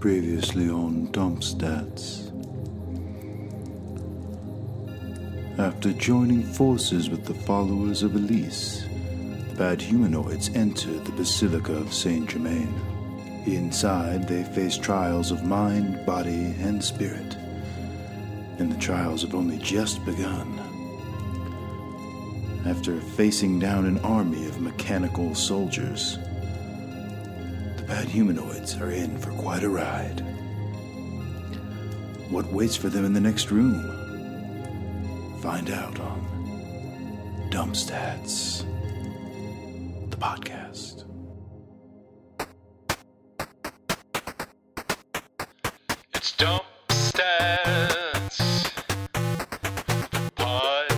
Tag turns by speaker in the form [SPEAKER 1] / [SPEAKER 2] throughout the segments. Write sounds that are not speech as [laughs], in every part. [SPEAKER 1] previously on Dump Stats. After joining forces with the followers of Elise, the bad humanoids enter the Basilica of Saint Germain. Inside, they face trials of mind, body, and spirit, and the trials have only just begun. After facing down an army of mechanical soldiers, the bad humanoids are in for quite a ride. What waits for them in the next room? Find out on Dump Stats, the podcast.
[SPEAKER 2] It's Dump Stats Podcast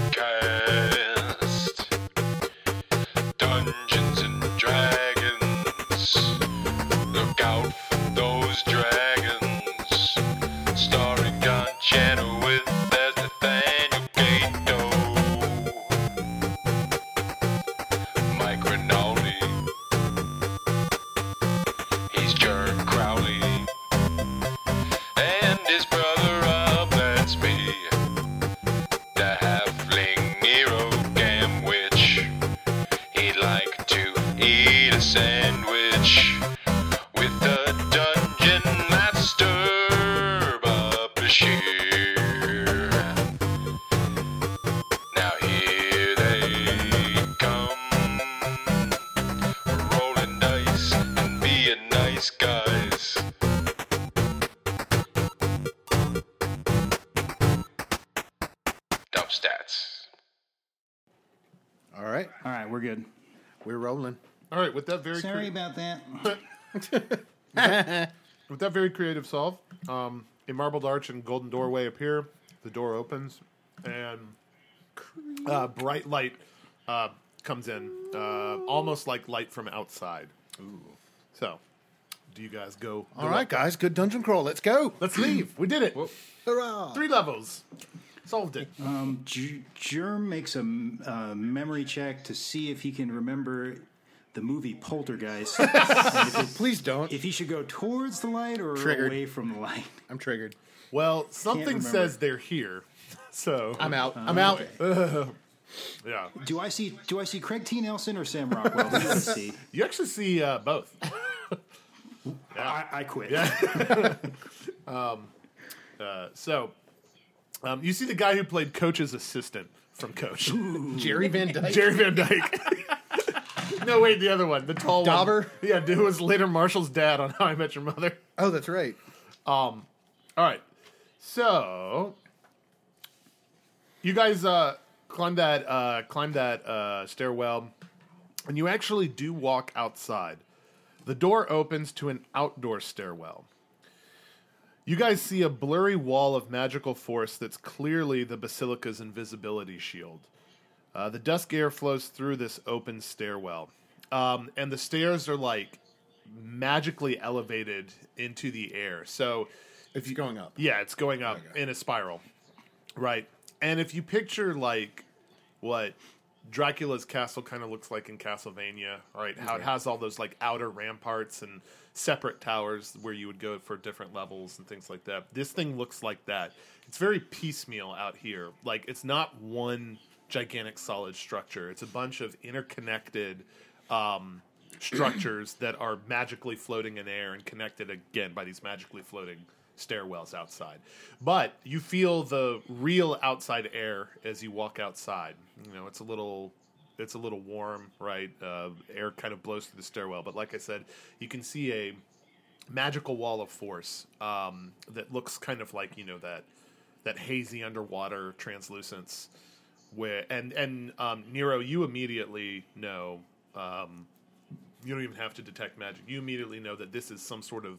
[SPEAKER 2] Dungeons and Dragons. Look out for those dragons. Starring John Channel with as Nathaniel Gato. Mike Rinaldi. He's Jerk Crowley and his brother Rob, that's me. The halfling Nero Gamwich. He'd like to eat a sandwich with the dungeon master, Bob Bashir. Now here they come. We're rolling dice and being nice guys. Dump stats.
[SPEAKER 3] All right,
[SPEAKER 4] All right, we're good.
[SPEAKER 3] we're rolling.
[SPEAKER 5] All right, with that very crea-
[SPEAKER 4] Sorry about that.
[SPEAKER 5] with that very creative solve, um, a marbled arch and golden doorway appear. The door opens, and uh, bright light uh, comes in, uh, almost like light from outside. Ooh! So, do you guys go?
[SPEAKER 3] All right, guys, good dungeon crawl. Let's go.
[SPEAKER 5] let's leave. We did it.
[SPEAKER 3] Hurrah!
[SPEAKER 5] Three levels, solved it.
[SPEAKER 3] Uh,
[SPEAKER 4] J- Germ Um, makes a m- uh, memory check to see if he can remember the movie Poltergeist. And if, it-
[SPEAKER 3] Please don't.
[SPEAKER 4] if he should go towards the light or
[SPEAKER 3] Triggered.
[SPEAKER 4] away from the light.
[SPEAKER 3] I'm triggered.
[SPEAKER 5] Well, something
[SPEAKER 4] remember.
[SPEAKER 5] says they're here, [laughs] so
[SPEAKER 3] I'm out. I'm out.
[SPEAKER 5] yeah.
[SPEAKER 4] Do I see? Do I see Craig T. Nelson or Sam Rockwell? Who do I see.
[SPEAKER 5] You actually see uh,
[SPEAKER 4] [laughs]
[SPEAKER 5] both.
[SPEAKER 4] I, I quit.
[SPEAKER 5] [laughs] Um, uh, So, um, you see the guy who played Coach's assistant from Coach,
[SPEAKER 3] Oh, Jerry Van Dyke.
[SPEAKER 5] [laughs] Jerry Van Dyke. [laughs] no, wait, the other one, the tall
[SPEAKER 3] Dauber?
[SPEAKER 5] one. Yeah, dude, who was later Marshall's dad on How I Met Your Mother.
[SPEAKER 3] oh, that's right.
[SPEAKER 5] All right, so you guys uh, climb that uh, climb that uh, stairwell, and you actually do walk outside. The door opens to an outdoor stairwell. You guys see a blurry wall of magical force that's clearly the basilica's invisibility shield. Uh, the dusk air flows through this open stairwell, um, and the stairs are like magically elevated into the air. So
[SPEAKER 3] If you're going up,
[SPEAKER 5] yeah, it's going up in a spiral. Right. And if you picture like what Dracula's castle kind of looks like in Castlevania, right? How it has all those like outer ramparts and separate towers where you would go for different levels and things like that. This thing looks like that. It's very piecemeal out here. Like it's not one gigantic solid structure. It's a bunch of interconnected um structures that are magically floating in air and connected again by these magically floating stairwells outside. But you feel the real outside air as you walk outside. You know, it's a little it's a little warm, right? Uh, air kind of blows through the stairwell, but like I said, you can see a magical wall of force um, that looks kind of like you know that that hazy underwater translucence. Where and and um, Nero, you immediately know um, you don't even have to detect magic. You immediately know that this is some sort of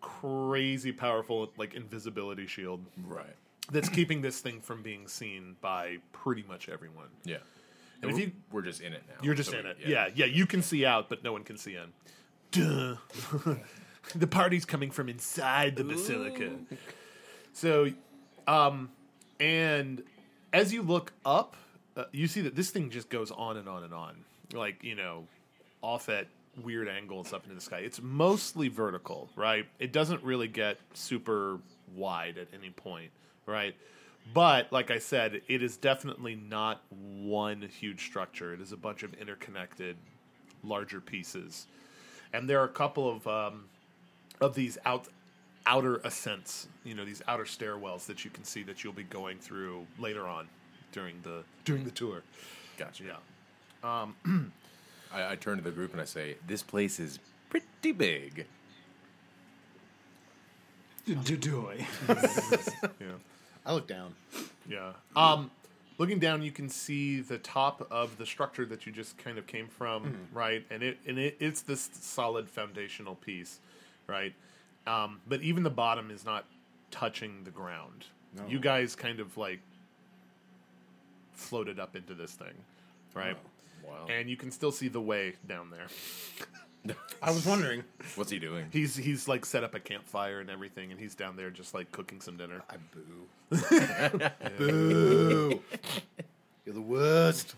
[SPEAKER 5] crazy powerful like invisibility shield
[SPEAKER 6] Right.
[SPEAKER 5] that's keeping this thing from being seen by pretty much everyone.
[SPEAKER 6] Yeah.
[SPEAKER 5] And if
[SPEAKER 6] we're,
[SPEAKER 5] you
[SPEAKER 6] we're just in it now.
[SPEAKER 5] you're just
[SPEAKER 6] So
[SPEAKER 5] in
[SPEAKER 6] we-
[SPEAKER 5] it. Yeah. yeah, you can see out, but no one can see in. Duh. [laughs] the party's coming from inside the basilica. So, um, and as you look up, uh, you see that this thing just goes on and on and on. Like, you know, off at weird angles up into the sky. It's mostly vertical, right? It doesn't really get super wide at any point, right? But like I said, it is definitely not one huge structure. It is a bunch of interconnected larger pieces. And there are a couple of um, of these out outer ascents, you know, these outer stairwells that you can see that you'll be going through later on during the during the tour.
[SPEAKER 6] Gotcha.
[SPEAKER 5] Yeah.
[SPEAKER 6] I, I turn to the group and I say, "This place is pretty big."
[SPEAKER 4] Dodoy.
[SPEAKER 3] I look down.
[SPEAKER 5] Yeah. Um, looking down, you can see the top of the structure that you just kind of came from,
[SPEAKER 3] Mm-hmm.
[SPEAKER 5] right? And it and it, it's this solid foundational piece, right? Um, but even the bottom is not touching the ground. You guys kind of like floated up into this thing, right?
[SPEAKER 3] Oh,
[SPEAKER 6] Wow.
[SPEAKER 5] And you can still see the way down there.
[SPEAKER 3] [laughs] I was wondering.
[SPEAKER 6] What's he doing?
[SPEAKER 5] He's he's like set up a campfire and everything, and he's down there just like cooking some dinner.
[SPEAKER 3] I boo. boo. You're the worst.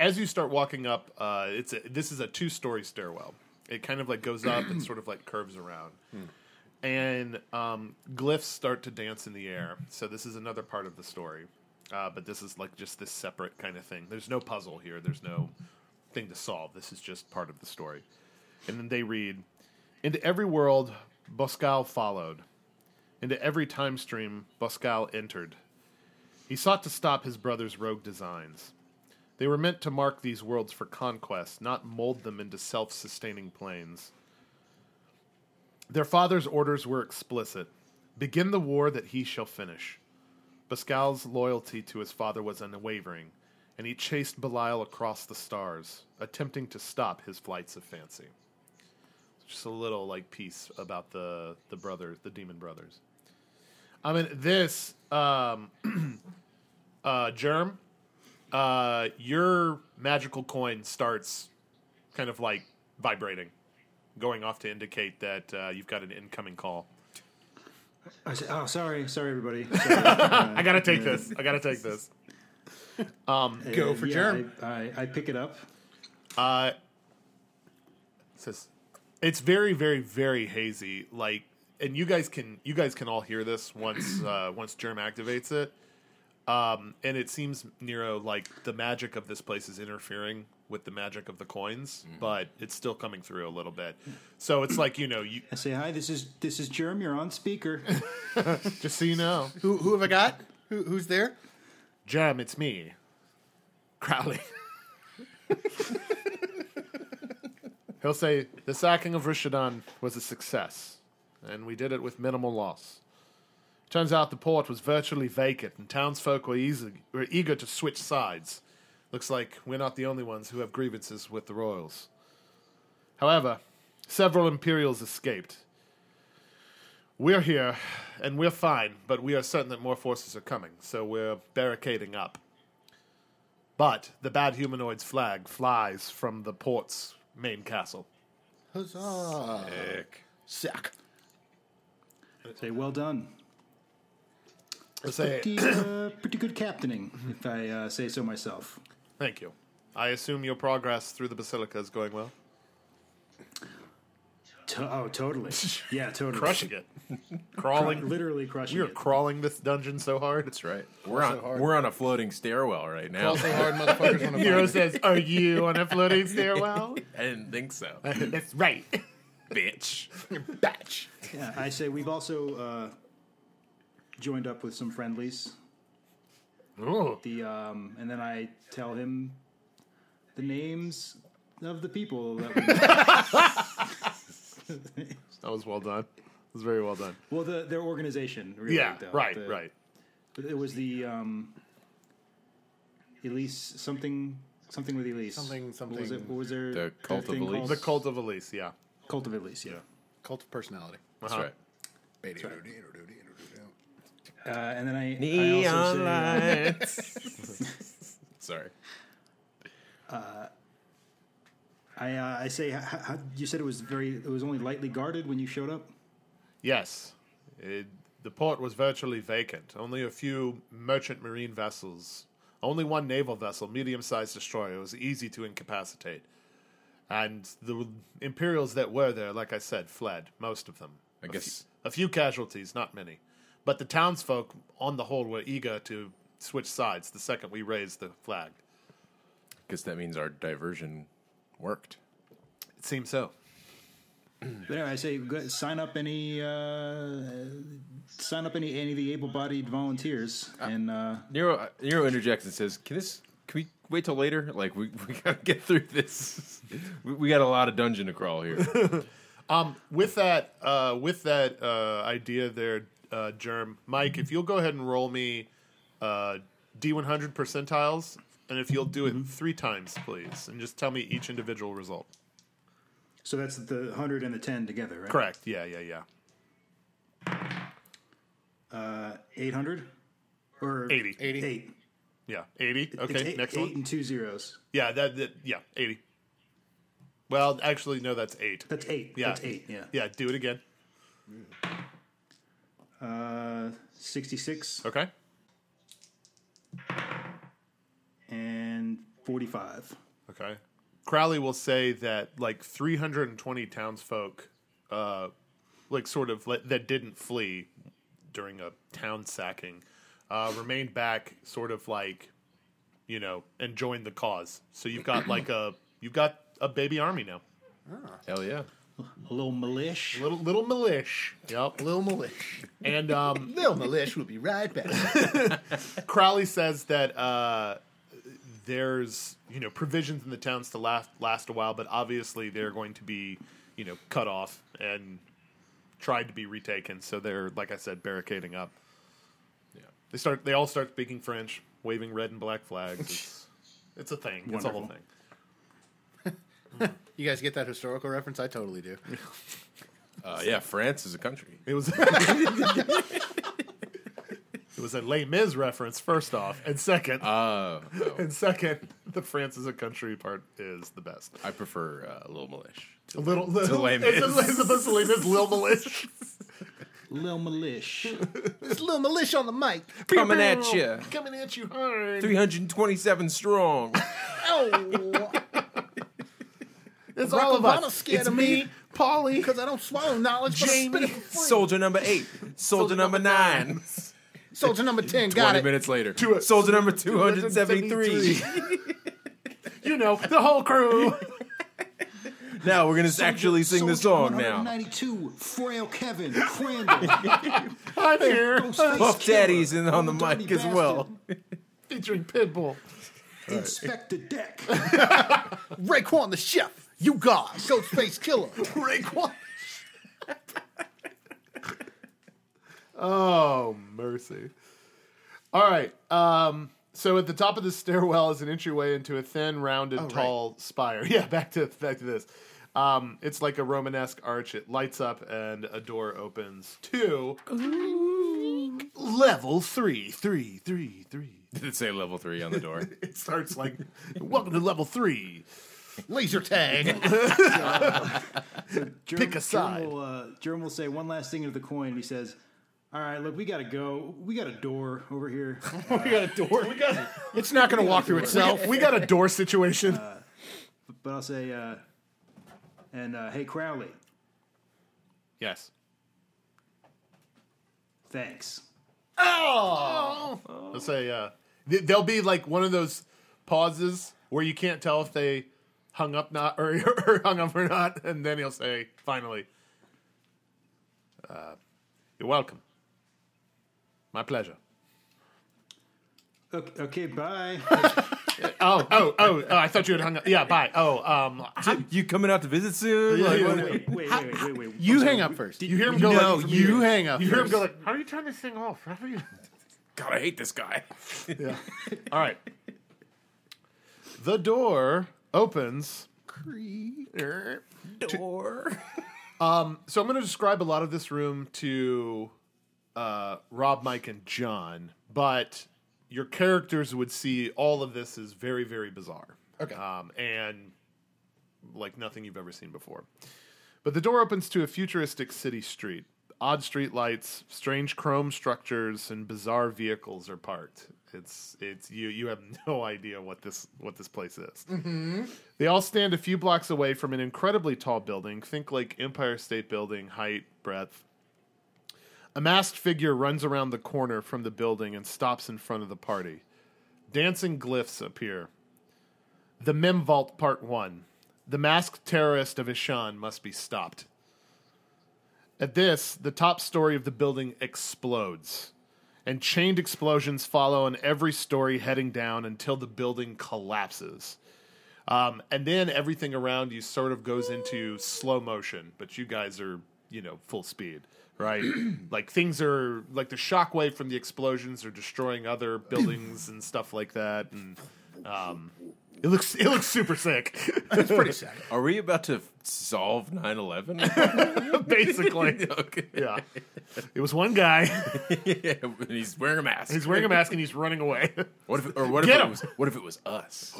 [SPEAKER 5] as you start walking up, uh, it's a, this is a two story stairwell. It kind of like goes up and sort of like curves around, and um, glyphs start to dance in the air. So this is another part of the story, uh, but this is like just this separate kind of thing. There's no puzzle here. There's no thing to solve. This is just part of the story. And then they read, "Into every world, Boscal followed. Into every time stream, Boscal entered. He sought to stop his brother's rogue designs." They were meant to mark these worlds for conquest, not mold them into self sustaining planes. Their father's orders were explicit begin the war that he shall finish. Pascal's loyalty to his father was unwavering, and he chased Belial across the stars, attempting to stop his flights of fancy. Just a little like piece about the the brothers, the demon brothers. I mean, this um, [clears throat] uh, germ uh, your magical coin starts kind of like vibrating, going off to indicate that uh, you've got an incoming call.
[SPEAKER 4] I said, oh, sorry, sorry, everybody.
[SPEAKER 5] I gotta take this. I gotta take this.
[SPEAKER 3] Go for germ.
[SPEAKER 4] uh, I, I, I pick it up.
[SPEAKER 5] Uh, it says it's very, very, very hazy. Like, and you guys can you guys can all hear this once uh, once Germ activates it. Um, and it seems Nero like the magic of this place is interfering with the magic of the coins, but it's still coming through a little bit. So it's like you know you
[SPEAKER 4] I say, hi, this is this is Germ. You're on speaker.
[SPEAKER 5] just so you know,
[SPEAKER 3] Who, who have I got? Who, who's there?
[SPEAKER 5] Germ, it's me, Crowley. [laughs] He'll say the sacking of Rishadon was a success, and we did it with minimal loss. Turns out the port was virtually vacant, and townsfolk were, easy, were eager to switch sides. Looks like we're not the only ones who have grievances with the royals. However, several Imperials escaped. We're here, and we're fine, but we are certain that more forces are coming, so we're barricading up. But the bad humanoid's flag flies from the port's main castle.
[SPEAKER 3] Huzzah. Sack.
[SPEAKER 4] I say, well done.
[SPEAKER 5] Let's say,
[SPEAKER 4] Pretty, uh, [coughs] pretty good captaining, if I uh, say so myself.
[SPEAKER 5] thank you. I assume your progress through the basilica is going well.
[SPEAKER 4] To- oh, totally. [laughs] Yeah, totally.
[SPEAKER 5] Crushing it,
[SPEAKER 4] Cru-
[SPEAKER 5] [laughs] crawling.
[SPEAKER 4] literally crushing
[SPEAKER 5] We are
[SPEAKER 4] it.
[SPEAKER 5] crawling this dungeon so hard.
[SPEAKER 6] That's right. We're on we're on a floating stairwell right now.
[SPEAKER 3] Also hard motherfuckers want to
[SPEAKER 5] Nero says, "Are you on a floating stairwell?"
[SPEAKER 6] I didn't think so,
[SPEAKER 5] That's right.
[SPEAKER 6] bitch.
[SPEAKER 3] batch.
[SPEAKER 4] Yeah, I say we've also uh, joined up with some friendlies.
[SPEAKER 5] Ooh.
[SPEAKER 4] The um, and then I tell him the names of the people. That we [laughs]
[SPEAKER 5] That was well done. That was very well done.
[SPEAKER 4] well, the, their organization. Really,
[SPEAKER 5] Yeah.
[SPEAKER 4] though.
[SPEAKER 5] right.
[SPEAKER 4] The-
[SPEAKER 5] Right.
[SPEAKER 4] It was the um, Elise something something with Elise
[SPEAKER 3] Something,
[SPEAKER 4] What was, it,
[SPEAKER 3] something.
[SPEAKER 4] what was their
[SPEAKER 6] The
[SPEAKER 4] their
[SPEAKER 6] cult of
[SPEAKER 4] thing
[SPEAKER 6] Elise?
[SPEAKER 4] called?
[SPEAKER 5] The cult of Elise. Yeah.
[SPEAKER 4] Cult of Elise. Yeah.
[SPEAKER 3] Cult of personality.
[SPEAKER 6] That's
[SPEAKER 5] Uh-huh.
[SPEAKER 6] right.
[SPEAKER 4] Uh, and then I, I also say, uh,
[SPEAKER 6] Sorry.
[SPEAKER 4] I, uh, I say, h- h- you said it was very, it was only lightly guarded when you showed up.
[SPEAKER 5] Yes. It, the port was virtually vacant. Only a few merchant marine vessels. Only one naval vessel, medium sized destroyer, was easy to incapacitate. And the Imperials that were there, like I said, fled, most of them.
[SPEAKER 6] I
[SPEAKER 5] A
[SPEAKER 6] guess-
[SPEAKER 5] few- a few casualties, not many. But the townsfolk, on the whole, were eager to switch sides the second we raised the flag.
[SPEAKER 6] Guess that means our diversion worked.
[SPEAKER 5] It seems so.
[SPEAKER 4] But anyway, I say go, sign up any uh, sign up any any of the able-bodied volunteers,
[SPEAKER 5] Ah.
[SPEAKER 4] and uh,
[SPEAKER 6] Nero Nero interjects and says, "Can this? Can we wait till later? Like we, [laughs] we gotta get through this. [laughs] We, we got a lot of dungeon to
[SPEAKER 5] [laughs]
[SPEAKER 6] crawl here."
[SPEAKER 5] With that, uh, with that uh, idea there, uh, Germ Mike, if you'll go ahead and roll me uh, D100 percentiles, and if you'll
[SPEAKER 4] Mm-hmm.
[SPEAKER 5] do it three times, please, and just tell me each individual result.
[SPEAKER 4] so that's the hundred and the ten together, right?
[SPEAKER 5] Correct. Yeah, yeah, yeah.
[SPEAKER 4] Eight hundred or
[SPEAKER 5] 80.
[SPEAKER 4] Eight.
[SPEAKER 5] Yeah, 80.
[SPEAKER 4] It's
[SPEAKER 5] Okay,
[SPEAKER 4] eight,
[SPEAKER 5] next
[SPEAKER 4] eight
[SPEAKER 5] one.
[SPEAKER 4] and two zeros.
[SPEAKER 5] Yeah, that, that yeah, 80. Well, actually no, that's 8.
[SPEAKER 4] That's eight.
[SPEAKER 5] Yeah.
[SPEAKER 4] That's eight. Yeah.
[SPEAKER 5] Yeah, do it again.
[SPEAKER 4] Uh, sixty-six
[SPEAKER 5] Okay.
[SPEAKER 4] and forty-five.
[SPEAKER 5] Okay. Crowley will say that like 320 townsfolk, uh, like sort of let, that didn't flee during a town sacking, uh, remained back, sort of like, you know, and joined the cause. So you've got like a you've got a baby army now,
[SPEAKER 6] Hell yeah!
[SPEAKER 4] A little milish.
[SPEAKER 5] little little milish. Yep.
[SPEAKER 7] Lil Malish.
[SPEAKER 5] And um,
[SPEAKER 7] Lil Malish will be right back.
[SPEAKER 5] Crowley says that uh, there's you know provisions in the towns to last last a while, but obviously they're going to be you know cut off and tried to be retaken. So they're like I said, barricading up. Yeah, they start. They all start speaking French, waving red and black flags. It's, [laughs] it's a thing. It's a whole
[SPEAKER 4] Wonderful.
[SPEAKER 5] thing.
[SPEAKER 7] You guys get that historical reference? I totally do.
[SPEAKER 6] Uh, yeah, France is a country.
[SPEAKER 5] It was. [laughs] it was a Les Mis reference, first off, and second,
[SPEAKER 6] Uh, no,
[SPEAKER 5] and second, the France is a country part is the best.
[SPEAKER 6] I prefer uh, Little Milish.
[SPEAKER 5] A little, little
[SPEAKER 6] lame
[SPEAKER 5] It's, a,
[SPEAKER 6] is.
[SPEAKER 5] it's supposed to leave [laughs] this little militia.
[SPEAKER 4] Lil Milish.
[SPEAKER 7] It's Lil Malish on the mic.
[SPEAKER 6] Coming at you,
[SPEAKER 5] coming at you hard.
[SPEAKER 6] three hundred twenty-seven strong.
[SPEAKER 7] Oh,
[SPEAKER 5] it's all
[SPEAKER 3] oh,
[SPEAKER 7] Barack
[SPEAKER 5] of
[SPEAKER 7] Obama
[SPEAKER 5] us.
[SPEAKER 7] scared of me, Paulie, because I don't swallow knowledge. but I spit it for free.
[SPEAKER 6] Soldier number eight. Soldier number nine.
[SPEAKER 7] Soldier number ten, got
[SPEAKER 6] Twenty
[SPEAKER 7] it.
[SPEAKER 6] minutes later. Soldier number two hundred seventy-three.
[SPEAKER 5] You know the whole crew.
[SPEAKER 6] Now we're gonna actually sing the song now.
[SPEAKER 4] Ninety-two. Frail Kevin.
[SPEAKER 6] [laughs]
[SPEAKER 4] Crandall.
[SPEAKER 5] [laughs] I'm here
[SPEAKER 4] Ghostface
[SPEAKER 6] Puff
[SPEAKER 4] Killer,
[SPEAKER 6] Daddy's in on the
[SPEAKER 4] Old Dirty
[SPEAKER 6] mic as well.
[SPEAKER 5] featuring Pitbull.
[SPEAKER 4] Bastard, Inspector Deck.
[SPEAKER 7] Raekwon the chef. You guys, Ghostface Killer. Raekwon.
[SPEAKER 5] Oh mercy! All right. Um, so at the top of the stairwell is an entryway into a thin, rounded, tall spire. [laughs] Yeah, back to back to this. Um, it's like a Romanesque arch. It lights up, and a door opens to level three, three, three, three.
[SPEAKER 6] Did it say level three on the door?
[SPEAKER 5] [laughs] it starts like welcome to level three laser tag
[SPEAKER 4] Germ,
[SPEAKER 5] Pick a side.
[SPEAKER 4] Germ will, uh, Germ will say one last thing into the coin. and He says, "All right, look, we gotta go. We got a door over here. [laughs]
[SPEAKER 7] [laughs] We got a door. We got. [laughs] It's not going to walk through itself.
[SPEAKER 5] we got a door situation
[SPEAKER 4] but I'll say, uh, and uh, hey Crowley,
[SPEAKER 5] yes
[SPEAKER 4] thanks.
[SPEAKER 7] Oh.
[SPEAKER 5] i'll say uh th- there'll be like one of those pauses where you can't tell if they hung up not or, [laughs] or hung up or not and then he'll say finally uh, you're welcome my pleasure
[SPEAKER 4] Okay, okay bye.
[SPEAKER 5] oh, oh oh oh i thought you had hung up yeah bye oh um
[SPEAKER 6] you coming out to visit soon? Like,
[SPEAKER 5] yeah,
[SPEAKER 6] what-
[SPEAKER 5] yeah.
[SPEAKER 4] wait, wait, wait, wait, wait.
[SPEAKER 7] You hang up first.
[SPEAKER 5] you hear him go
[SPEAKER 6] No,
[SPEAKER 5] like,
[SPEAKER 6] you
[SPEAKER 7] hang up
[SPEAKER 5] you hear him go
[SPEAKER 7] first. [laughs]
[SPEAKER 5] like how are you trying this thing off how are you
[SPEAKER 6] God, I hate this guy.
[SPEAKER 5] All right. The door opens. Creak.
[SPEAKER 6] Door.
[SPEAKER 5] So I'm going to describe a lot of this room to uh, Rob, Mike, and John, but your characters would see all of this as very, very bizarre.
[SPEAKER 7] Okay.
[SPEAKER 5] Um, and like nothing you've ever seen before. But the door opens to a futuristic city street. Odd street lights, strange chrome structures, and bizarre vehicles are parked. It's it's you you have [laughs] no idea what this what this place is. They all stand a few blocks away from an incredibly tall building. Think like Empire State Building height, breadth. A masked figure runs around the corner from the building and stops in front of the party. Dancing glyphs appear. The Mem Vault Part 1. The masked terrorist of Ishan must be stopped. At this, the top story of the building explodes, and chained explosions follow on every story heading down until the building collapses. Um, and then everything around you sort of goes into slow motion, but you guys are, you know, full speed, right? [clears throat] like things are like the shockwave from the explosions are destroying other buildings and stuff like that. And um, it looks it looks super sick, [laughs]
[SPEAKER 3] It's pretty sick.
[SPEAKER 6] Are we about to solve 9 11?
[SPEAKER 5] basically.
[SPEAKER 6] [laughs] okay.
[SPEAKER 5] Yeah, it was one guy. [laughs]
[SPEAKER 6] Yeah, and he's wearing a mask.
[SPEAKER 5] He's wearing a mask and he's running away.
[SPEAKER 6] What if, or what if
[SPEAKER 5] Get
[SPEAKER 6] it
[SPEAKER 5] him.
[SPEAKER 6] was, what if it was us?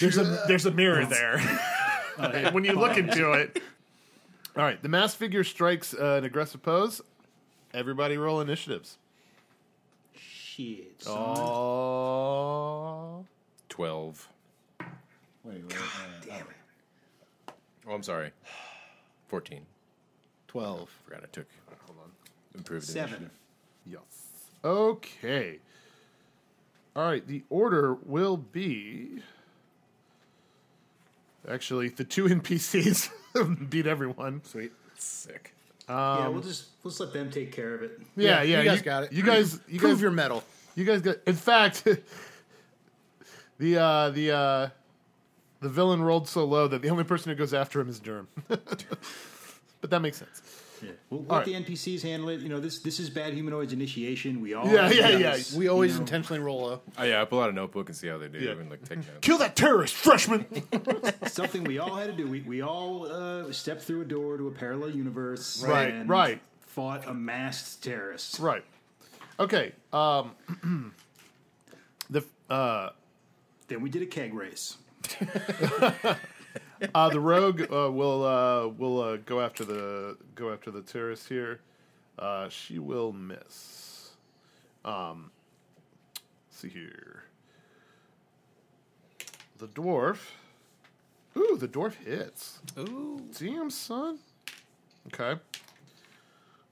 [SPEAKER 5] There's a there's a mirror there. [laughs] And when you look into it. All right, the masked figure strikes uh, an aggressive pose. Everybody roll initiatives.
[SPEAKER 4] Shit.
[SPEAKER 5] Oh.
[SPEAKER 6] 12.
[SPEAKER 4] Wait, wait,
[SPEAKER 6] Oh, I'm sorry. 14.
[SPEAKER 3] 12.
[SPEAKER 6] Forgot I took. Hold on. Improved
[SPEAKER 4] Seven.
[SPEAKER 6] initiative.
[SPEAKER 5] Yes. Okay. All right, the order will be Actually, the two [laughs] NPCs beat everyone.
[SPEAKER 3] Sweet.
[SPEAKER 6] Sick.
[SPEAKER 4] yeah, we'll just let's let them take care of it.
[SPEAKER 5] Yeah, yeah,
[SPEAKER 3] you guys got it.
[SPEAKER 5] You guys, you
[SPEAKER 3] Prove
[SPEAKER 5] guys,
[SPEAKER 3] your metal.
[SPEAKER 5] You guys got. In fact, [laughs] the uh, the uh, the villain rolled so low that the only person who goes after him is Germ. [laughs] but that makes sense.
[SPEAKER 4] We'll
[SPEAKER 5] All
[SPEAKER 4] let the NPCs handle it. You know, this this is bad humanoids initiation. We all
[SPEAKER 5] Yeah, yeah,
[SPEAKER 4] do
[SPEAKER 5] yeah.
[SPEAKER 4] this,
[SPEAKER 3] We always
[SPEAKER 4] you know.
[SPEAKER 3] intentionally roll low.
[SPEAKER 6] Oh, yeah, I pull out a notebook and see how they do
[SPEAKER 5] Yeah.
[SPEAKER 6] and like take notes.
[SPEAKER 5] Kill that terrorist freshman.
[SPEAKER 4] something we all had to do. We we all uh, stepped through a door to a parallel universe.
[SPEAKER 5] Right,
[SPEAKER 4] and
[SPEAKER 5] right.
[SPEAKER 4] Fought a masked terrorist.
[SPEAKER 5] right. Okay. Um. [clears throat] the uh,
[SPEAKER 4] Then we did a keg race.
[SPEAKER 5] uh the rogue uh, will uh will uh, go after the go after the terrorist here. Uh, she will miss. Um. see here. The dwarf. Ooh, the dwarf hits. Ooh. Damn, son. Okay.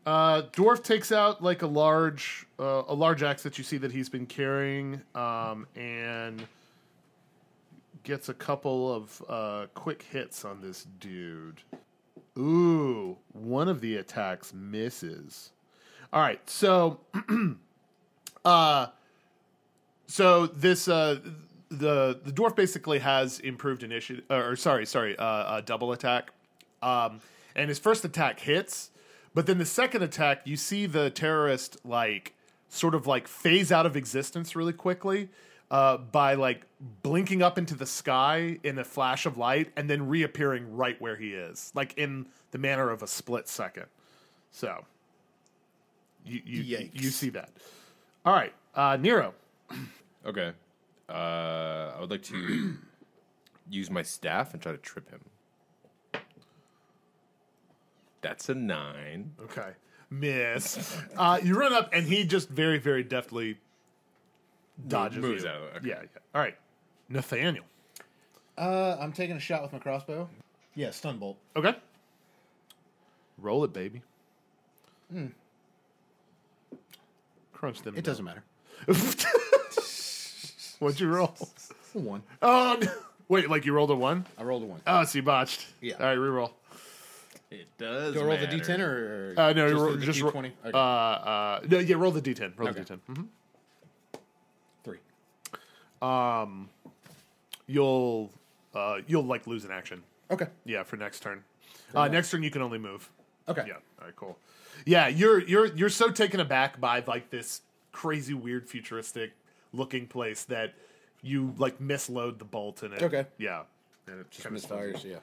[SPEAKER 5] Uh, dwarf takes out like a large uh, a large axe that you see that he's been carrying, um, and gets a couple of uh, quick hits on this dude. Ooh, one of the attacks misses. All right, so uh, so this uh, the the dwarf basically has improved initiative, or sorry, sorry, uh, uh, double attack. Um, and his first attack hits, but then the second attack, you see the terrorist like sort of like phase out of existence really quickly uh, by like blinking up into the sky in a flash of light and then reappearing right where he is, like in the manner of a split second. So you you
[SPEAKER 3] Yikes.
[SPEAKER 5] you see that. All right, uh, Nero.
[SPEAKER 6] Okay. Uh, I would like to [clears throat] use my staff and try to trip him. That's a nine.
[SPEAKER 5] Okay. Miss. uh, you run up, and he just very, very deftly dodges
[SPEAKER 6] Moves
[SPEAKER 5] you.
[SPEAKER 6] out of the way.
[SPEAKER 5] Yeah, yeah. All right. Nathaniel.
[SPEAKER 3] Uh, I'm taking a shot with my crossbow. Yeah, stun bolt.
[SPEAKER 5] Okay. Roll it, baby. Hmm. Crunch them.
[SPEAKER 3] It
[SPEAKER 5] down.
[SPEAKER 3] doesn't matter.
[SPEAKER 5] [laughs] What'd you roll?
[SPEAKER 3] A One.
[SPEAKER 5] Oh, no. wait. Like you rolled a one?
[SPEAKER 3] I rolled a one.
[SPEAKER 5] Oh, so you botched.
[SPEAKER 3] Yeah.
[SPEAKER 5] All right, reroll.
[SPEAKER 6] It does.
[SPEAKER 3] Do I roll the d10 or?
[SPEAKER 5] Uh, no, you roll,
[SPEAKER 3] the
[SPEAKER 5] just roll.
[SPEAKER 3] d20? Okay.
[SPEAKER 5] Uh, uh, no, yeah, roll the d10. Roll
[SPEAKER 3] Okay.
[SPEAKER 5] the d10. Mhm.
[SPEAKER 3] Three.
[SPEAKER 5] You'll, uh, you'll like lose an action.
[SPEAKER 3] Okay.
[SPEAKER 5] Yeah, for next turn. Uh, next turn you can only move.
[SPEAKER 3] Okay.
[SPEAKER 5] Yeah. All right. Cool. Yeah, you're you're you're so taken aback by like this crazy, weird, futuristic looking place that you like misload the bolt in it.
[SPEAKER 3] Okay.
[SPEAKER 5] Yeah. And it kind of
[SPEAKER 3] Misfires. Yeah.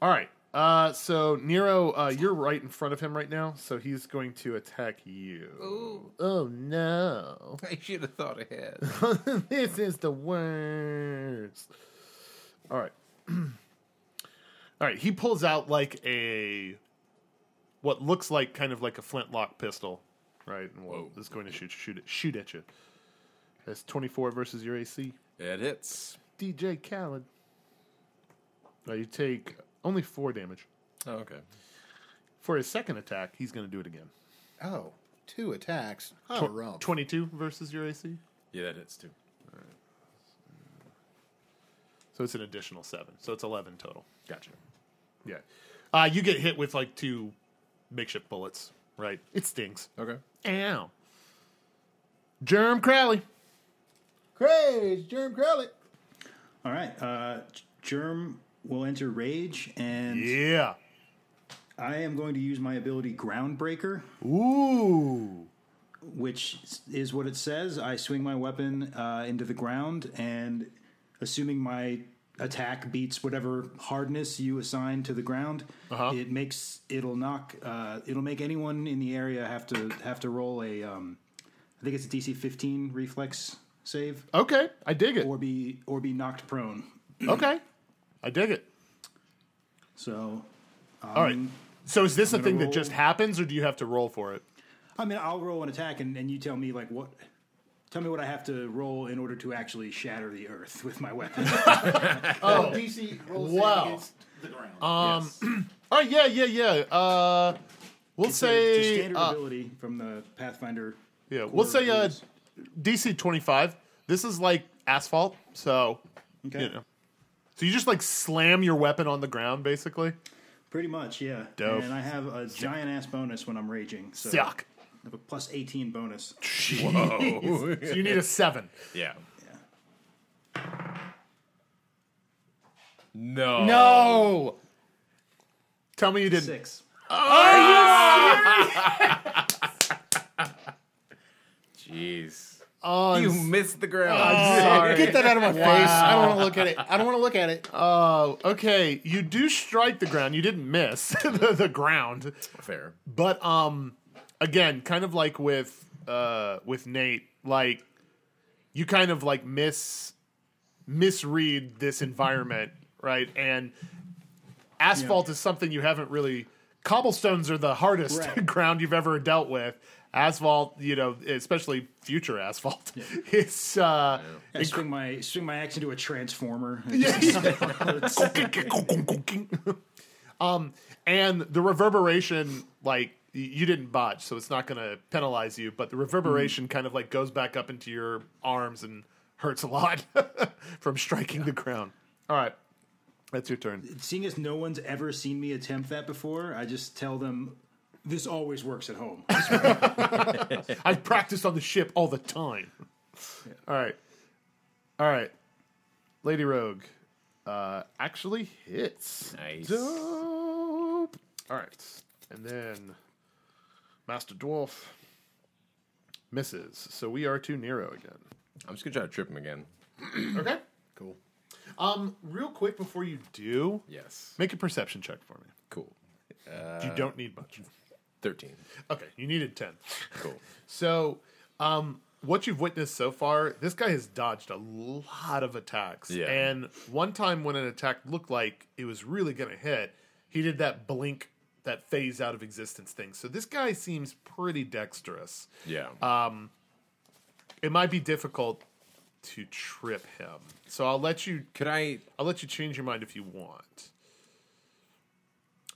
[SPEAKER 5] All right. Uh, so Nero, uh, you're right in front of him right now, so he's going to attack you. Oh no!
[SPEAKER 6] [laughs] I should have thought ahead.
[SPEAKER 5] [laughs] this is the worst. All right. [clears throat] All right, he pulls out like a what looks like kind of like a flintlock pistol, right? And
[SPEAKER 6] Whoa.
[SPEAKER 5] is going to shoot shoot it, shoot at you. That's 24 versus your AC.
[SPEAKER 6] It hits.
[SPEAKER 5] DJ Khaled. Now you take only four damage.
[SPEAKER 6] Oh, okay.
[SPEAKER 5] For his second attack, he's going to do it again.
[SPEAKER 3] Oh, two attacks. How
[SPEAKER 4] Oh,
[SPEAKER 5] Tw-
[SPEAKER 3] rough.
[SPEAKER 5] 22 versus your AC.
[SPEAKER 6] Yeah, that hits too.
[SPEAKER 5] So it's an additional seven. So it's 11 total.
[SPEAKER 6] Gotcha.
[SPEAKER 5] Yeah. Uh, you get hit with like two makeshift bullets, right? It stings.
[SPEAKER 6] Okay.
[SPEAKER 5] Ow. Germ Crowley.
[SPEAKER 7] Craze, Germ Crowley.
[SPEAKER 4] All right. Uh, Germ will enter rage, and
[SPEAKER 5] Yeah.
[SPEAKER 4] I am going to use my ability Groundbreaker,
[SPEAKER 5] Ooh.
[SPEAKER 4] which is what it says. I swing my weapon uh, into the ground, and assuming my attack beats whatever hardness you assign to the ground,
[SPEAKER 5] Uh-huh.
[SPEAKER 4] it makes it'll knock uh, it'll make anyone in the area have to have to roll a um, I think it's a DC 15 reflex save
[SPEAKER 5] Okay. I dig it.
[SPEAKER 4] or be or be knocked prone.
[SPEAKER 5] Okay. I dig it.
[SPEAKER 4] So
[SPEAKER 5] All right. So is this a thing that
[SPEAKER 4] Um, roll.
[SPEAKER 5] just happens, or do you have to roll for it?
[SPEAKER 4] I mean, I'll roll an attack, and, and you tell me like what. Tell me what I have to roll in order to actually shatter the earth with my weapon.
[SPEAKER 5] [laughs]
[SPEAKER 7] Oh, DC rolls
[SPEAKER 5] Wow.
[SPEAKER 7] against the ground.
[SPEAKER 5] Um. All right. Yeah. Yeah. Yeah. Uh. We'll
[SPEAKER 4] So it's a
[SPEAKER 5] say.
[SPEAKER 4] standard
[SPEAKER 5] uh,
[SPEAKER 4] ability from the Pathfinder.
[SPEAKER 5] yeah. We'll
[SPEAKER 4] core
[SPEAKER 5] say uh,
[SPEAKER 4] rules.
[SPEAKER 5] DC twenty five. This is like asphalt, so
[SPEAKER 4] Okay.
[SPEAKER 5] you know. So you just like slam your weapon on the ground, basically.
[SPEAKER 4] pretty much, yeah.
[SPEAKER 5] Dope.
[SPEAKER 4] And I have a giant ass bonus when I'm raging. So
[SPEAKER 5] Suck.
[SPEAKER 4] I have a plus eighteen bonus.
[SPEAKER 6] Whoa.
[SPEAKER 5] So you need a seven.
[SPEAKER 6] [laughs] yeah. No.
[SPEAKER 5] No. Tell me you didn't.
[SPEAKER 4] Six.
[SPEAKER 6] Jeez.
[SPEAKER 5] Oh, I'm
[SPEAKER 6] You
[SPEAKER 5] s-
[SPEAKER 6] missed the ground. [laughs]
[SPEAKER 5] sorry.
[SPEAKER 3] Get that out of my face. I don't want to look at it. I don't want to look at it.
[SPEAKER 5] Oh, okay. You do strike the ground. You didn't miss [laughs] the, the ground.
[SPEAKER 6] Fair.
[SPEAKER 5] But um again, kind of like with uh with Nate, like you kind of like miss misread this environment, [laughs] right? And asphalt is something you haven't really cobblestones are the hardest [laughs]
[SPEAKER 4] Right.
[SPEAKER 5] ground you've ever dealt with. Asphalt, you know, especially future asphalt. [laughs] It's uh
[SPEAKER 4] I swing my swing my axe into
[SPEAKER 5] [laughs]
[SPEAKER 4] a transformer.
[SPEAKER 5] um, and the reverberation, like y- you didn't botch, so it's not going to penalize you. But the reverberation kind of like goes back up into your arms and hurts a lot from striking the ground. All right, that's your turn.
[SPEAKER 4] [laughs] Seeing as no one's ever seen me attempt that before, I just tell them this always works at home.
[SPEAKER 5] I practiced on the ship all the time. All right, all right, Lady Rogue, uh, actually hits.
[SPEAKER 6] Nice.
[SPEAKER 5] Dope. All right. And then Master Dwarf misses. So we are to Nero again.
[SPEAKER 6] I'm just gonna try to trip him again.
[SPEAKER 5] Okay. Cool. Um, real quick before you do,
[SPEAKER 6] Yes.
[SPEAKER 5] make a perception check for me.
[SPEAKER 6] Cool.
[SPEAKER 5] you don't need much.
[SPEAKER 6] Thirteen.
[SPEAKER 5] Okay, you needed 10.
[SPEAKER 6] Cool.
[SPEAKER 5] So, um, what you've witnessed so far, this guy has dodged a lot of attacks.
[SPEAKER 6] Yeah.
[SPEAKER 5] And one time when an attack looked like it was really going to hit, he did that blink, that phase out of existence thing. So, this guy seems pretty dexterous.
[SPEAKER 6] Yeah.
[SPEAKER 5] Uh, It might be difficult to trip him. So, I'll let you
[SPEAKER 6] Could I?
[SPEAKER 5] I'll let you change your mind if you want.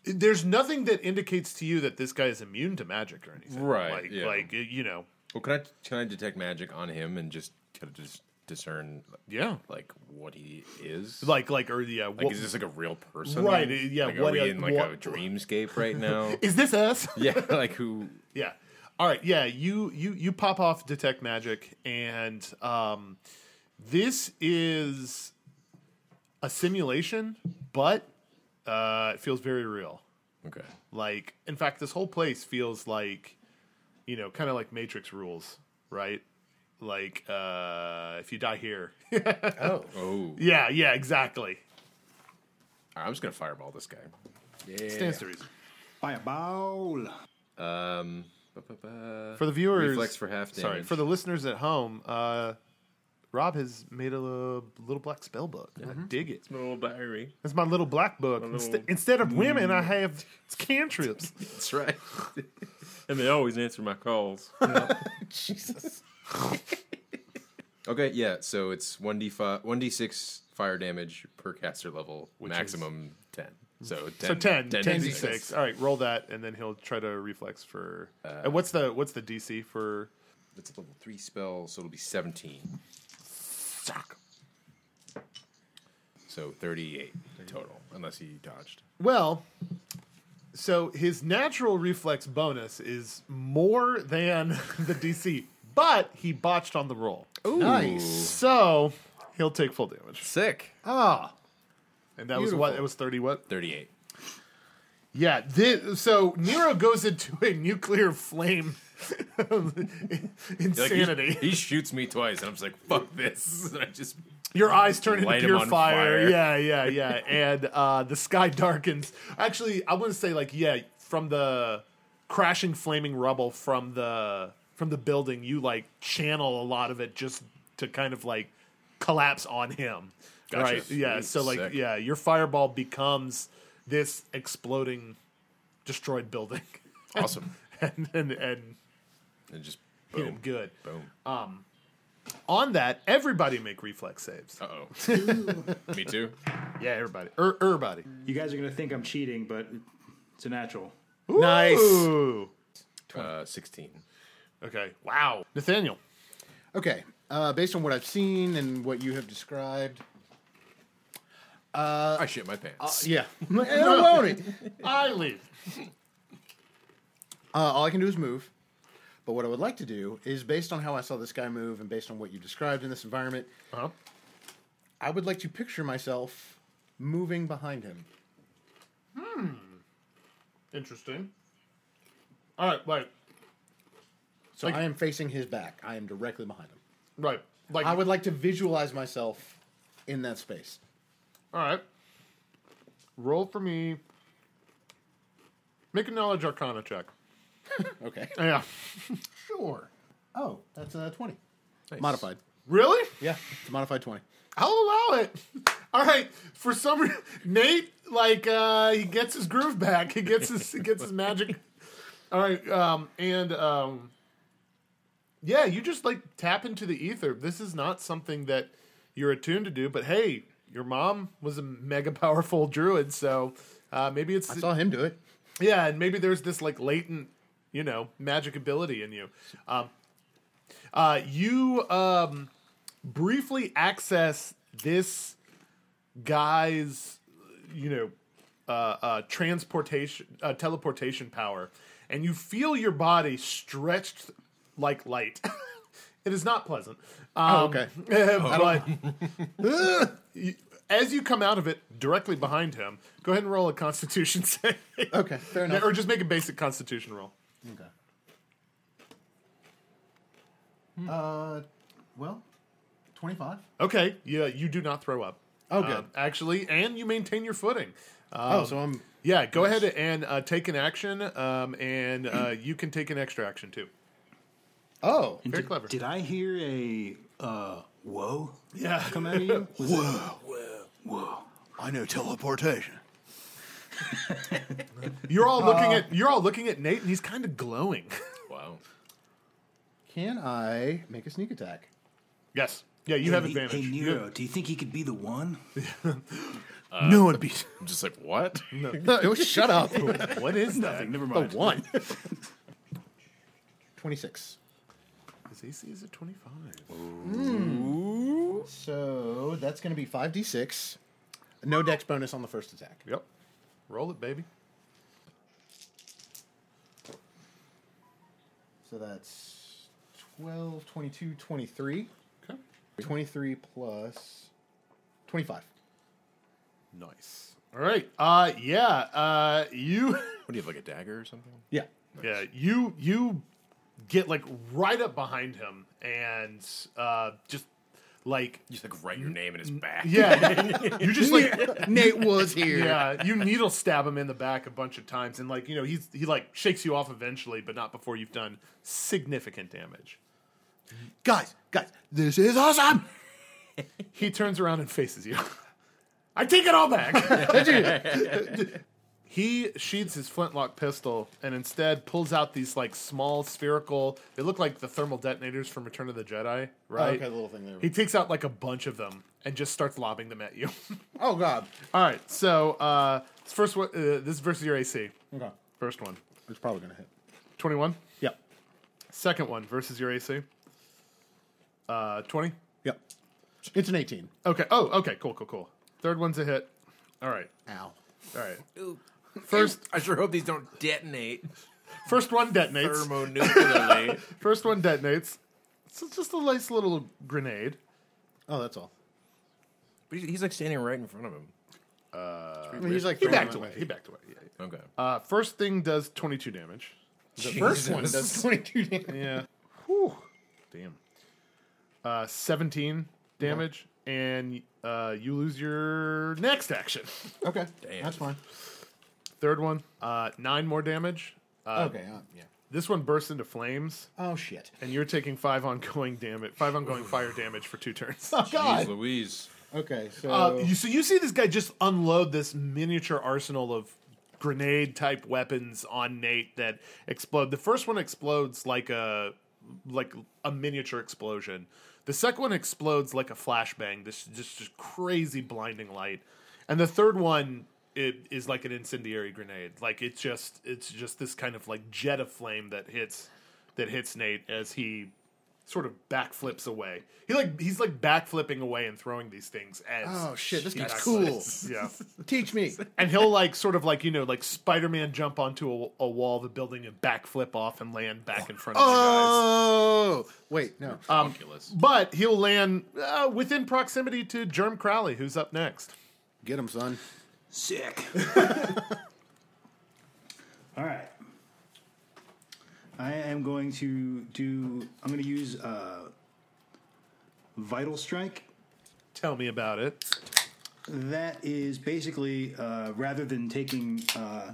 [SPEAKER 5] There's nothing that indicates to you that this guy is immune to magic or anything.
[SPEAKER 6] Right,
[SPEAKER 5] Like,
[SPEAKER 6] yeah.
[SPEAKER 5] like you know.
[SPEAKER 6] Well, can I? Can I detect magic on him and just kind of just discern
[SPEAKER 5] Yeah.
[SPEAKER 6] like what he is?
[SPEAKER 5] Like, like, or yeah.
[SPEAKER 6] Like,
[SPEAKER 5] what-
[SPEAKER 6] is this like a real person?
[SPEAKER 5] Right, uh, yeah,
[SPEAKER 6] Like,
[SPEAKER 5] what
[SPEAKER 6] are
[SPEAKER 5] a-
[SPEAKER 6] we in like a
[SPEAKER 5] what- [laughs]
[SPEAKER 6] dreamscape right now?
[SPEAKER 5] is this us?
[SPEAKER 6] [laughs] yeah. Like who?
[SPEAKER 5] yeah. All right. Yeah. You you you pop off detect magic, and um, this is a simulation, but uh, it feels very real.
[SPEAKER 6] Okay.
[SPEAKER 5] Like, in fact, this whole place feels like, you know, kind of like Matrix rules, right? Like, uh, if you die here. [laughs]
[SPEAKER 6] Oh,
[SPEAKER 5] yeah, yeah, exactly.
[SPEAKER 6] I'm just gonna fireball this guy.
[SPEAKER 5] Stands to reason.
[SPEAKER 4] Fireball.
[SPEAKER 6] Um. ba-ba-ba.
[SPEAKER 5] For the viewers,
[SPEAKER 6] Reflex for half
[SPEAKER 5] Sorry,
[SPEAKER 6] damage.
[SPEAKER 5] for the listeners at home, uh, Rob has made a little, little black spell book. I dig it.
[SPEAKER 6] little diary.
[SPEAKER 5] That's my little black book. Inst- instead of women, I have cantrips.
[SPEAKER 6] That's right. [laughs]
[SPEAKER 5] [laughs]
[SPEAKER 6] and they always answer my calls. Jesus. Okay, yeah. So it's one d five, one d six fire damage per caster level, maximum ten. So 10,
[SPEAKER 2] [laughs]
[SPEAKER 5] So 10, 10,
[SPEAKER 6] 10
[SPEAKER 5] d6. All right, roll that, and then he'll try to reflex for.
[SPEAKER 6] Uh,
[SPEAKER 5] and what's the what's the DC for?
[SPEAKER 6] It's a level three spell, so it'll be seventeen. So thirty-eight total, unless he dodged.
[SPEAKER 5] Well, so his natural reflex bonus is more than [laughs] the DC, but he botched on the roll.
[SPEAKER 7] Nice.
[SPEAKER 5] So he'll take full damage, Ah.
[SPEAKER 6] Sick.
[SPEAKER 5] and that was what it was thirty. What?
[SPEAKER 6] Thirty-eight.
[SPEAKER 5] Yeah. Thi- so Nero goes into a nuclear flame. [laughs]
[SPEAKER 6] Like, he-
[SPEAKER 5] Insanity.
[SPEAKER 6] He, shoots me twice, and I'm just like, "Fuck this!" [laughs] And I just
[SPEAKER 5] Your eyes turn into
[SPEAKER 6] Light 'em
[SPEAKER 5] pure
[SPEAKER 6] on
[SPEAKER 5] fire. [laughs]
[SPEAKER 6] fire.
[SPEAKER 5] Yeah, yeah, yeah. and uh, the sky [laughs] darkens. Actually, I wouldn't say like yeah, from the crashing flaming rubble from the from the building, you like channel a lot of it just to kind of like collapse on him.
[SPEAKER 6] Gotcha.
[SPEAKER 5] Right? Yeah.
[SPEAKER 6] Sweet.
[SPEAKER 5] So like
[SPEAKER 6] Sick.
[SPEAKER 5] yeah, your fireball becomes this exploding destroyed building. [laughs]
[SPEAKER 6] awesome,
[SPEAKER 5] and and, and
[SPEAKER 6] and just
[SPEAKER 5] hit him
[SPEAKER 6] boom,
[SPEAKER 5] good.
[SPEAKER 6] boom.
[SPEAKER 5] On that, everybody make reflex saves.
[SPEAKER 6] Uh oh. me too.
[SPEAKER 5] Yeah, everybody. Er, everybody.
[SPEAKER 4] You guys are going to think I'm cheating, but it's a natural.
[SPEAKER 7] Nice.
[SPEAKER 5] Ooh.
[SPEAKER 6] Uh, Sixteen.
[SPEAKER 5] Okay. Wow. Nathaniel.
[SPEAKER 7] Okay. Uh, based on what I've seen and what you have [laughs] described,
[SPEAKER 6] I shit my pants.
[SPEAKER 7] yeah, I don't own it.
[SPEAKER 5] [laughs] I leave.
[SPEAKER 7] [laughs] Uh, all I can do is move. But what I would like to do is, based on how I saw this guy move and based on what you described in this environment,
[SPEAKER 5] Uh-huh.
[SPEAKER 7] I would like to picture myself moving behind him.
[SPEAKER 5] Interesting. All right. Right.
[SPEAKER 7] So I am facing his back. I am directly behind him.
[SPEAKER 5] Right. Like.
[SPEAKER 7] I would like to visualize myself in that space.
[SPEAKER 5] all right. Roll for me. Make a knowledge arcana check.
[SPEAKER 7] Okay.
[SPEAKER 5] Yeah.
[SPEAKER 7] [laughs] Sure. Oh, that's uh, 20. Modified.
[SPEAKER 5] Really?
[SPEAKER 7] Yeah, it's a modified 20.
[SPEAKER 5] I'll allow it. [laughs] All right. For some reason, Nate, like, uh, he gets his groove back. He gets his, he gets his magic. [laughs] All right. Um, and, um, yeah, you just like tap into the ether. This is not something that you're attuned to do, but hey, your mom was a mega powerful druid, so uh, maybe it's
[SPEAKER 7] I saw him do it.
[SPEAKER 5] yeah, and maybe there's this like latent, you know, magic ability in you. Um, uh, you um, briefly access this guy's, you know, uh, uh, transportation, uh, teleportation power, and you feel your body stretched like light. [laughs] it is not pleasant. Um, [laughs]
[SPEAKER 7] okay.
[SPEAKER 5] but you- as you come out of it, directly behind him, go ahead and roll a Constitution [laughs] save.
[SPEAKER 7] Okay, fair enough.
[SPEAKER 5] Or just make a basic constitution roll.
[SPEAKER 7] Okay. Uh, well, 25.
[SPEAKER 5] Okay, yeah, you do not throw up.
[SPEAKER 7] Oh, good.
[SPEAKER 5] Um, actually, and you maintain your footing. Um,
[SPEAKER 7] oh, so I'm.
[SPEAKER 5] Yeah, go ahead and uh, take an action, um, and
[SPEAKER 7] [clears throat]
[SPEAKER 5] uh, you can take an extra action too.
[SPEAKER 7] Oh,
[SPEAKER 5] Very
[SPEAKER 4] did,
[SPEAKER 5] clever.
[SPEAKER 4] Did I hear a uh, whoa
[SPEAKER 5] Yeah.
[SPEAKER 4] come out of you? Was it-
[SPEAKER 1] I know teleportation.
[SPEAKER 5] You're all
[SPEAKER 7] Uh,
[SPEAKER 5] looking at you're all looking at Nate, and he's kind of glowing. [laughs]
[SPEAKER 6] Wow.
[SPEAKER 7] can I make a sneak attack?
[SPEAKER 5] yes. Yeah, you
[SPEAKER 4] Hey,
[SPEAKER 5] have
[SPEAKER 4] Ne-
[SPEAKER 5] advantage.
[SPEAKER 4] Hey
[SPEAKER 5] You-
[SPEAKER 4] Nero, do you think he could be the one?
[SPEAKER 1] no one
[SPEAKER 5] [laughs]
[SPEAKER 1] beats.
[SPEAKER 6] I'm just like, what?
[SPEAKER 7] oh, shut up. [laughs]
[SPEAKER 5] what
[SPEAKER 6] [laughs]
[SPEAKER 5] is nothing?
[SPEAKER 4] Never mind.
[SPEAKER 7] one. 26.
[SPEAKER 5] [laughs] His AC is at twenty five.
[SPEAKER 7] So that's going to be 5d6. No dex bonus on the first attack.
[SPEAKER 5] Yep. Roll it, baby.
[SPEAKER 7] So that's 12, 22, 23.
[SPEAKER 5] Okay.
[SPEAKER 7] 23 plus 25.
[SPEAKER 5] Nice. All right. Uh, yeah. Uh, you. [laughs]
[SPEAKER 6] What do you have, like a dagger or something?
[SPEAKER 7] Yeah.
[SPEAKER 5] Yeah, you you get like right up behind him and uh just like
[SPEAKER 6] You just like write your name in his back.
[SPEAKER 5] [laughs] yeah,
[SPEAKER 6] [laughs]
[SPEAKER 5] you just like
[SPEAKER 7] Nate was here.
[SPEAKER 5] yeah, you needle stab him in the back a bunch of times and like, you know, he's he like shakes you off eventually, but not before you've done significant damage.
[SPEAKER 1] Guys, guys, this is
[SPEAKER 5] [laughs]
[SPEAKER 1] awesome. [laughs]
[SPEAKER 5] He turns around and faces you. I take it all back. He sheathes his flintlock pistol and instead pulls out these like small spherical. They look like the thermal detonators from Return of the Jedi, right?
[SPEAKER 1] Oh,
[SPEAKER 7] okay, the little thing there.
[SPEAKER 5] He takes out like a bunch of them and just starts lobbing them at you.
[SPEAKER 7] Oh God,
[SPEAKER 5] All right, so uh, this first one, uh, this is versus your AC.
[SPEAKER 7] okay,
[SPEAKER 5] First one,
[SPEAKER 7] it's probably gonna hit.
[SPEAKER 5] 21.
[SPEAKER 7] Yep,
[SPEAKER 5] Second one versus your AC. Uh, 20.
[SPEAKER 7] yep. It's an eighteen.
[SPEAKER 5] Okay. Oh, okay. Cool, cool, cool. Third one's a hit. All right.
[SPEAKER 7] Ow.
[SPEAKER 5] All right.
[SPEAKER 6] First,
[SPEAKER 5] First
[SPEAKER 6] I sure hope these don't [laughs] detonate
[SPEAKER 5] first one detonates. [laughs]
[SPEAKER 6] thermonuclearly.
[SPEAKER 5] First one detonates. So it's just a nice little grenade.
[SPEAKER 7] Oh, that's all.
[SPEAKER 6] but he's, he's like standing right in front of him.
[SPEAKER 7] I mean, he's like
[SPEAKER 5] He
[SPEAKER 7] throwing
[SPEAKER 5] backed
[SPEAKER 7] it
[SPEAKER 5] away. He backed away. Yeah, yeah.
[SPEAKER 6] Okay.
[SPEAKER 5] Uh, first thing does 22 damage.
[SPEAKER 7] The first one
[SPEAKER 6] Jesus.
[SPEAKER 7] does twenty-two damage.
[SPEAKER 5] Yeah. Whew. Damn. Uh, 17 damage, and uh, you lose your next action. [laughs]
[SPEAKER 7] Okay,
[SPEAKER 6] Damn.
[SPEAKER 7] that's fine.
[SPEAKER 5] Third one, uh, nine more damage. Uh,
[SPEAKER 7] okay, uh, yeah.
[SPEAKER 5] This one bursts into flames,
[SPEAKER 7] Oh shit.
[SPEAKER 5] and you're taking five ongoing damage, five ongoing fire damage for two turns.
[SPEAKER 7] Oh
[SPEAKER 6] Jeez
[SPEAKER 7] God.
[SPEAKER 6] Louise.
[SPEAKER 7] Okay, so
[SPEAKER 5] Uh, you, so you see this guy just unload this miniature arsenal of grenade type weapons on Nate that explode. The first one explodes like a like a miniature explosion. The second one explodes like a flashbang. This just just crazy blinding light. And the third one it is like an incendiary grenade. Like it's just it's just this kind of like jet of flame that hits that hits Nate as he sort of backflips away. He like he's like backflipping away and throwing these things as
[SPEAKER 7] oh shit, this guy's
[SPEAKER 5] backflips.
[SPEAKER 7] cool.
[SPEAKER 5] [laughs] Yeah.
[SPEAKER 7] Teach
[SPEAKER 6] [laughs]
[SPEAKER 7] me.
[SPEAKER 5] And he'll like sort of like, you know, like Spider-Man jump onto a, a wall of the building and backflip off and land back in front of the guys.
[SPEAKER 7] Oh wait, no.
[SPEAKER 6] Uh, Oculus.
[SPEAKER 5] But he'll land uh, within proximity to Germ Crowley, who's up next.
[SPEAKER 7] Get him, son.
[SPEAKER 4] Sick. All right. I am going to do. I'm going to use uh, Vital Strike.
[SPEAKER 5] Tell me about it.
[SPEAKER 4] That is basically uh, rather than taking uh,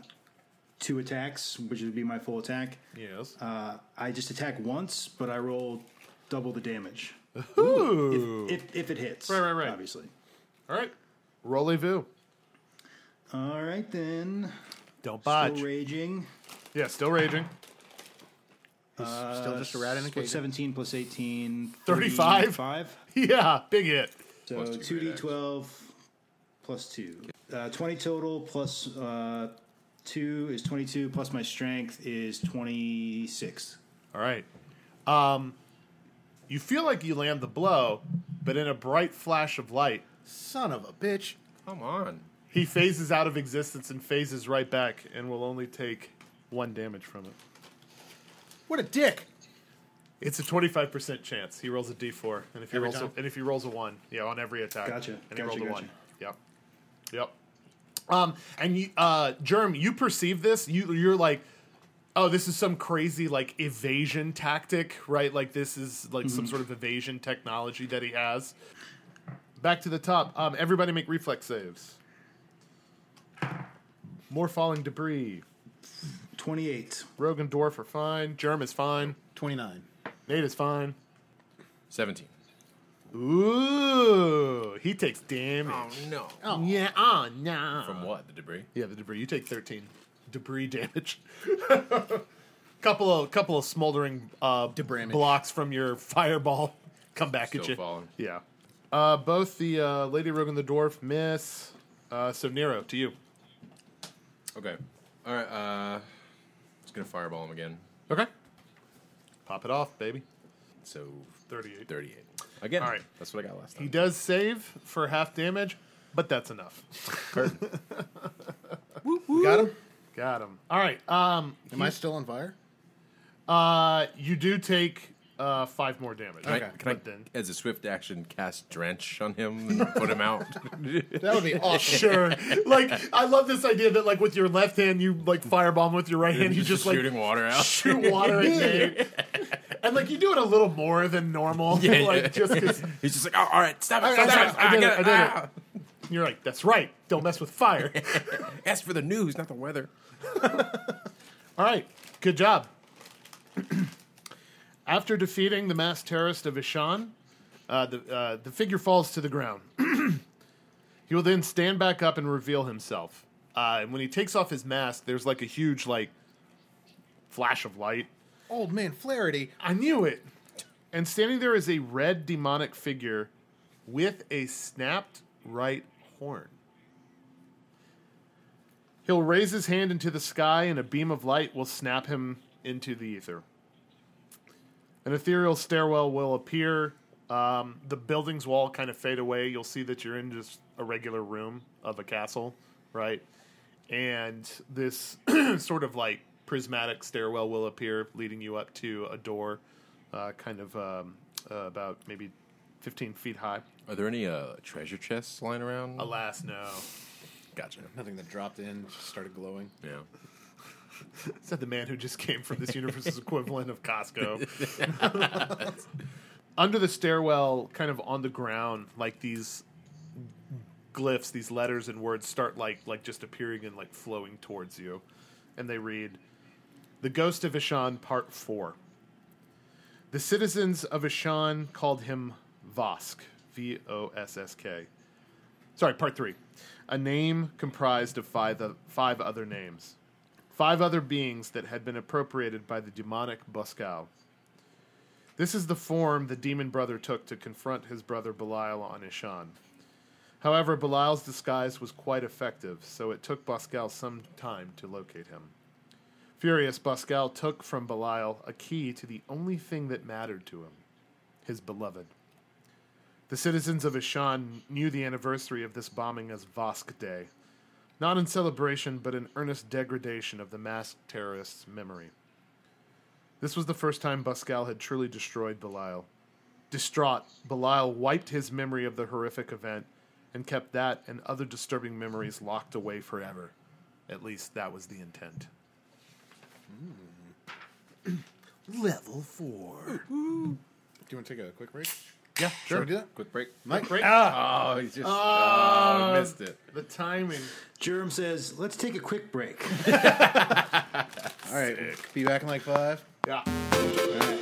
[SPEAKER 4] two attacks, which would be my full attack,
[SPEAKER 5] Yes.
[SPEAKER 4] uh, I just attack once, but I roll double the damage.
[SPEAKER 5] Ooh.
[SPEAKER 4] If, if it hits.
[SPEAKER 5] Right, right, right.
[SPEAKER 4] Obviously.
[SPEAKER 5] All right. Rendezvous.
[SPEAKER 4] All right, then.
[SPEAKER 5] Don't
[SPEAKER 4] Still
[SPEAKER 5] botch.
[SPEAKER 4] raging.
[SPEAKER 5] yeah, still raging. [laughs]
[SPEAKER 7] He's
[SPEAKER 6] uh,
[SPEAKER 7] still just a rat in a
[SPEAKER 4] So
[SPEAKER 7] cage.
[SPEAKER 4] 17 plus 18.
[SPEAKER 5] 35?
[SPEAKER 4] 35.
[SPEAKER 5] Yeah, big hit.
[SPEAKER 4] So
[SPEAKER 6] Plus two
[SPEAKER 4] 2d12 plus 2. Uh, 20 total plus uh, 2 is 22, plus my strength is 26.
[SPEAKER 5] All right. Um, you feel like you land the blow, but in a bright flash of light,
[SPEAKER 7] Son of a bitch.
[SPEAKER 6] Come on.
[SPEAKER 5] he phases out of existence and phases right back and will only take one damage from it.
[SPEAKER 7] What a dick.
[SPEAKER 5] It's a twenty-five percent chance. He rolls a D four, and if he
[SPEAKER 7] Every
[SPEAKER 5] rolls
[SPEAKER 7] time?
[SPEAKER 5] a, and if he rolls a one, yeah, on every attack.
[SPEAKER 4] Gotcha.
[SPEAKER 5] And he
[SPEAKER 4] Gotcha,
[SPEAKER 5] rolled a
[SPEAKER 4] gotcha.
[SPEAKER 5] one. Yep. Yep. Um, and you, uh, Germ, you perceive this. You you're like, oh, this is some crazy like evasion tactic, right? Like this is like
[SPEAKER 4] Mm-hmm.
[SPEAKER 5] some sort of evasion technology that he has. Back to the top. Um, everybody make reflex saves. More falling debris.
[SPEAKER 4] 28.
[SPEAKER 5] Rogue and Dwarf are fine. Germ is fine.
[SPEAKER 7] 29.
[SPEAKER 5] Nate is fine.
[SPEAKER 6] 17.
[SPEAKER 5] Ooh, he takes damage.
[SPEAKER 6] no.
[SPEAKER 5] Yeah, oh no.
[SPEAKER 6] From what? The debris?
[SPEAKER 5] yeah, the debris. You take thirteen debris damage. [laughs] couple of couple of smoldering uh,
[SPEAKER 7] Debramage.
[SPEAKER 5] blocks from your fireball [laughs] come back at
[SPEAKER 6] Still
[SPEAKER 5] you.
[SPEAKER 6] falling.
[SPEAKER 5] Yeah, uh, both the uh, Lady Rogue and the Dwarf miss. Uh, so Nero, to you.
[SPEAKER 6] Okay. All right. Uh, just going to fireball him again.
[SPEAKER 5] Okay, pop it off, baby.
[SPEAKER 6] So
[SPEAKER 5] Thirty-eight.
[SPEAKER 6] 38. Again.
[SPEAKER 5] All right.
[SPEAKER 6] That's what I got last time.
[SPEAKER 5] He does save for half damage, but that's enough. [laughs]
[SPEAKER 7] You got him?
[SPEAKER 5] Got him. All right. Um,
[SPEAKER 7] Am I still on fire?
[SPEAKER 5] Uh, you do take uh five more damage.
[SPEAKER 6] Can I-
[SPEAKER 7] Okay.
[SPEAKER 6] can I,
[SPEAKER 5] But then-
[SPEAKER 6] as a swift action, cast Drench on him and put
[SPEAKER 5] [laughs]
[SPEAKER 6] him out?
[SPEAKER 7] That
[SPEAKER 6] [laughs]
[SPEAKER 7] would be awesome.
[SPEAKER 5] [laughs] Sure. like I love this idea that like with your left hand you like firebomb with your right hand you just, like
[SPEAKER 6] shooting water out.
[SPEAKER 5] shoot water at
[SPEAKER 6] [laughs]
[SPEAKER 5] Nate. And like you do it a little more than normal. [laughs]
[SPEAKER 6] Yeah,
[SPEAKER 5] like
[SPEAKER 6] yeah. [laughs]
[SPEAKER 5] just 'cause
[SPEAKER 6] He's just like, oh, all right, stop it,
[SPEAKER 5] I
[SPEAKER 6] stop,
[SPEAKER 5] got
[SPEAKER 6] stop,
[SPEAKER 5] it, [laughs]
[SPEAKER 6] stop,
[SPEAKER 5] I
[SPEAKER 6] I
[SPEAKER 5] did it,
[SPEAKER 6] got it.
[SPEAKER 5] I did
[SPEAKER 6] Ah.
[SPEAKER 5] you're like, that's right, don't mess with fire.
[SPEAKER 6] Ask for the news, not the weather.
[SPEAKER 5] All right, good job. [clears throat] After defeating the masked terrorist of Ishan, uh, the, uh, [clears throat] the figure falls to the ground. he will then stand back up and reveal himself. Uh, and when he takes off his mask, there's like a huge like flash of light.
[SPEAKER 7] Old man Flaherty.
[SPEAKER 5] I knew it. And standing there is a red demonic figure with a snapped right horn. He'll raise his hand into the sky, and a beam of light will snap him into the ether. An ethereal stairwell will appear. Um, the building's wall kind of fade away. You'll see that you're in just a regular room of a castle, right? And this [clears throat] sort of like prismatic stairwell will appear, leading you up to a door, uh, kind of um, uh, about maybe 15 feet high.
[SPEAKER 6] Are there any uh, treasure chests lying around?
[SPEAKER 5] Alas, no.
[SPEAKER 6] Gotcha.
[SPEAKER 7] Nothing that dropped in just started glowing.
[SPEAKER 6] Yeah.
[SPEAKER 5] [laughs] Said the man who just came from this universe's equivalent of Costco. [laughs] Under the stairwell, kind of on the ground, like these glyphs, these letters and words start like like just appearing and like flowing towards you. And they read The Ghost of Ishan Part Four. The citizens of Ishan called him Vosk. V O S S K. Sorry, part three. A name comprised of five, o- five other names five other beings that had been appropriated by the demonic Buskow. This is the form the demon brother took to confront his brother Belial on Ishan. However, Belial's disguise was quite effective, so it took Buskow some time to locate him. Furious, Buskow took from Belial a key to the only thing that mattered to him his beloved. The citizens of Ishan knew the anniversary of this bombing as Vosk Day not in celebration, but in earnest degradation of the masked terrorist's memory. This was the first time Bascal had truly destroyed Belial. Distraught, Belial wiped his memory of the horrific event and kept that and other disturbing memories locked away forever. At least that was the intent.
[SPEAKER 7] Level four. Do you want to take a quick break?
[SPEAKER 5] Yeah,
[SPEAKER 7] Sure. we do that?
[SPEAKER 6] Quick break.
[SPEAKER 7] Mike? Ah!
[SPEAKER 6] Oh, he's just. Oh, I missed it.
[SPEAKER 5] The timing.
[SPEAKER 4] Jerem says, "Let's take a quick break."
[SPEAKER 7] All right. Be back in like five.
[SPEAKER 5] Yeah.
[SPEAKER 7] All right.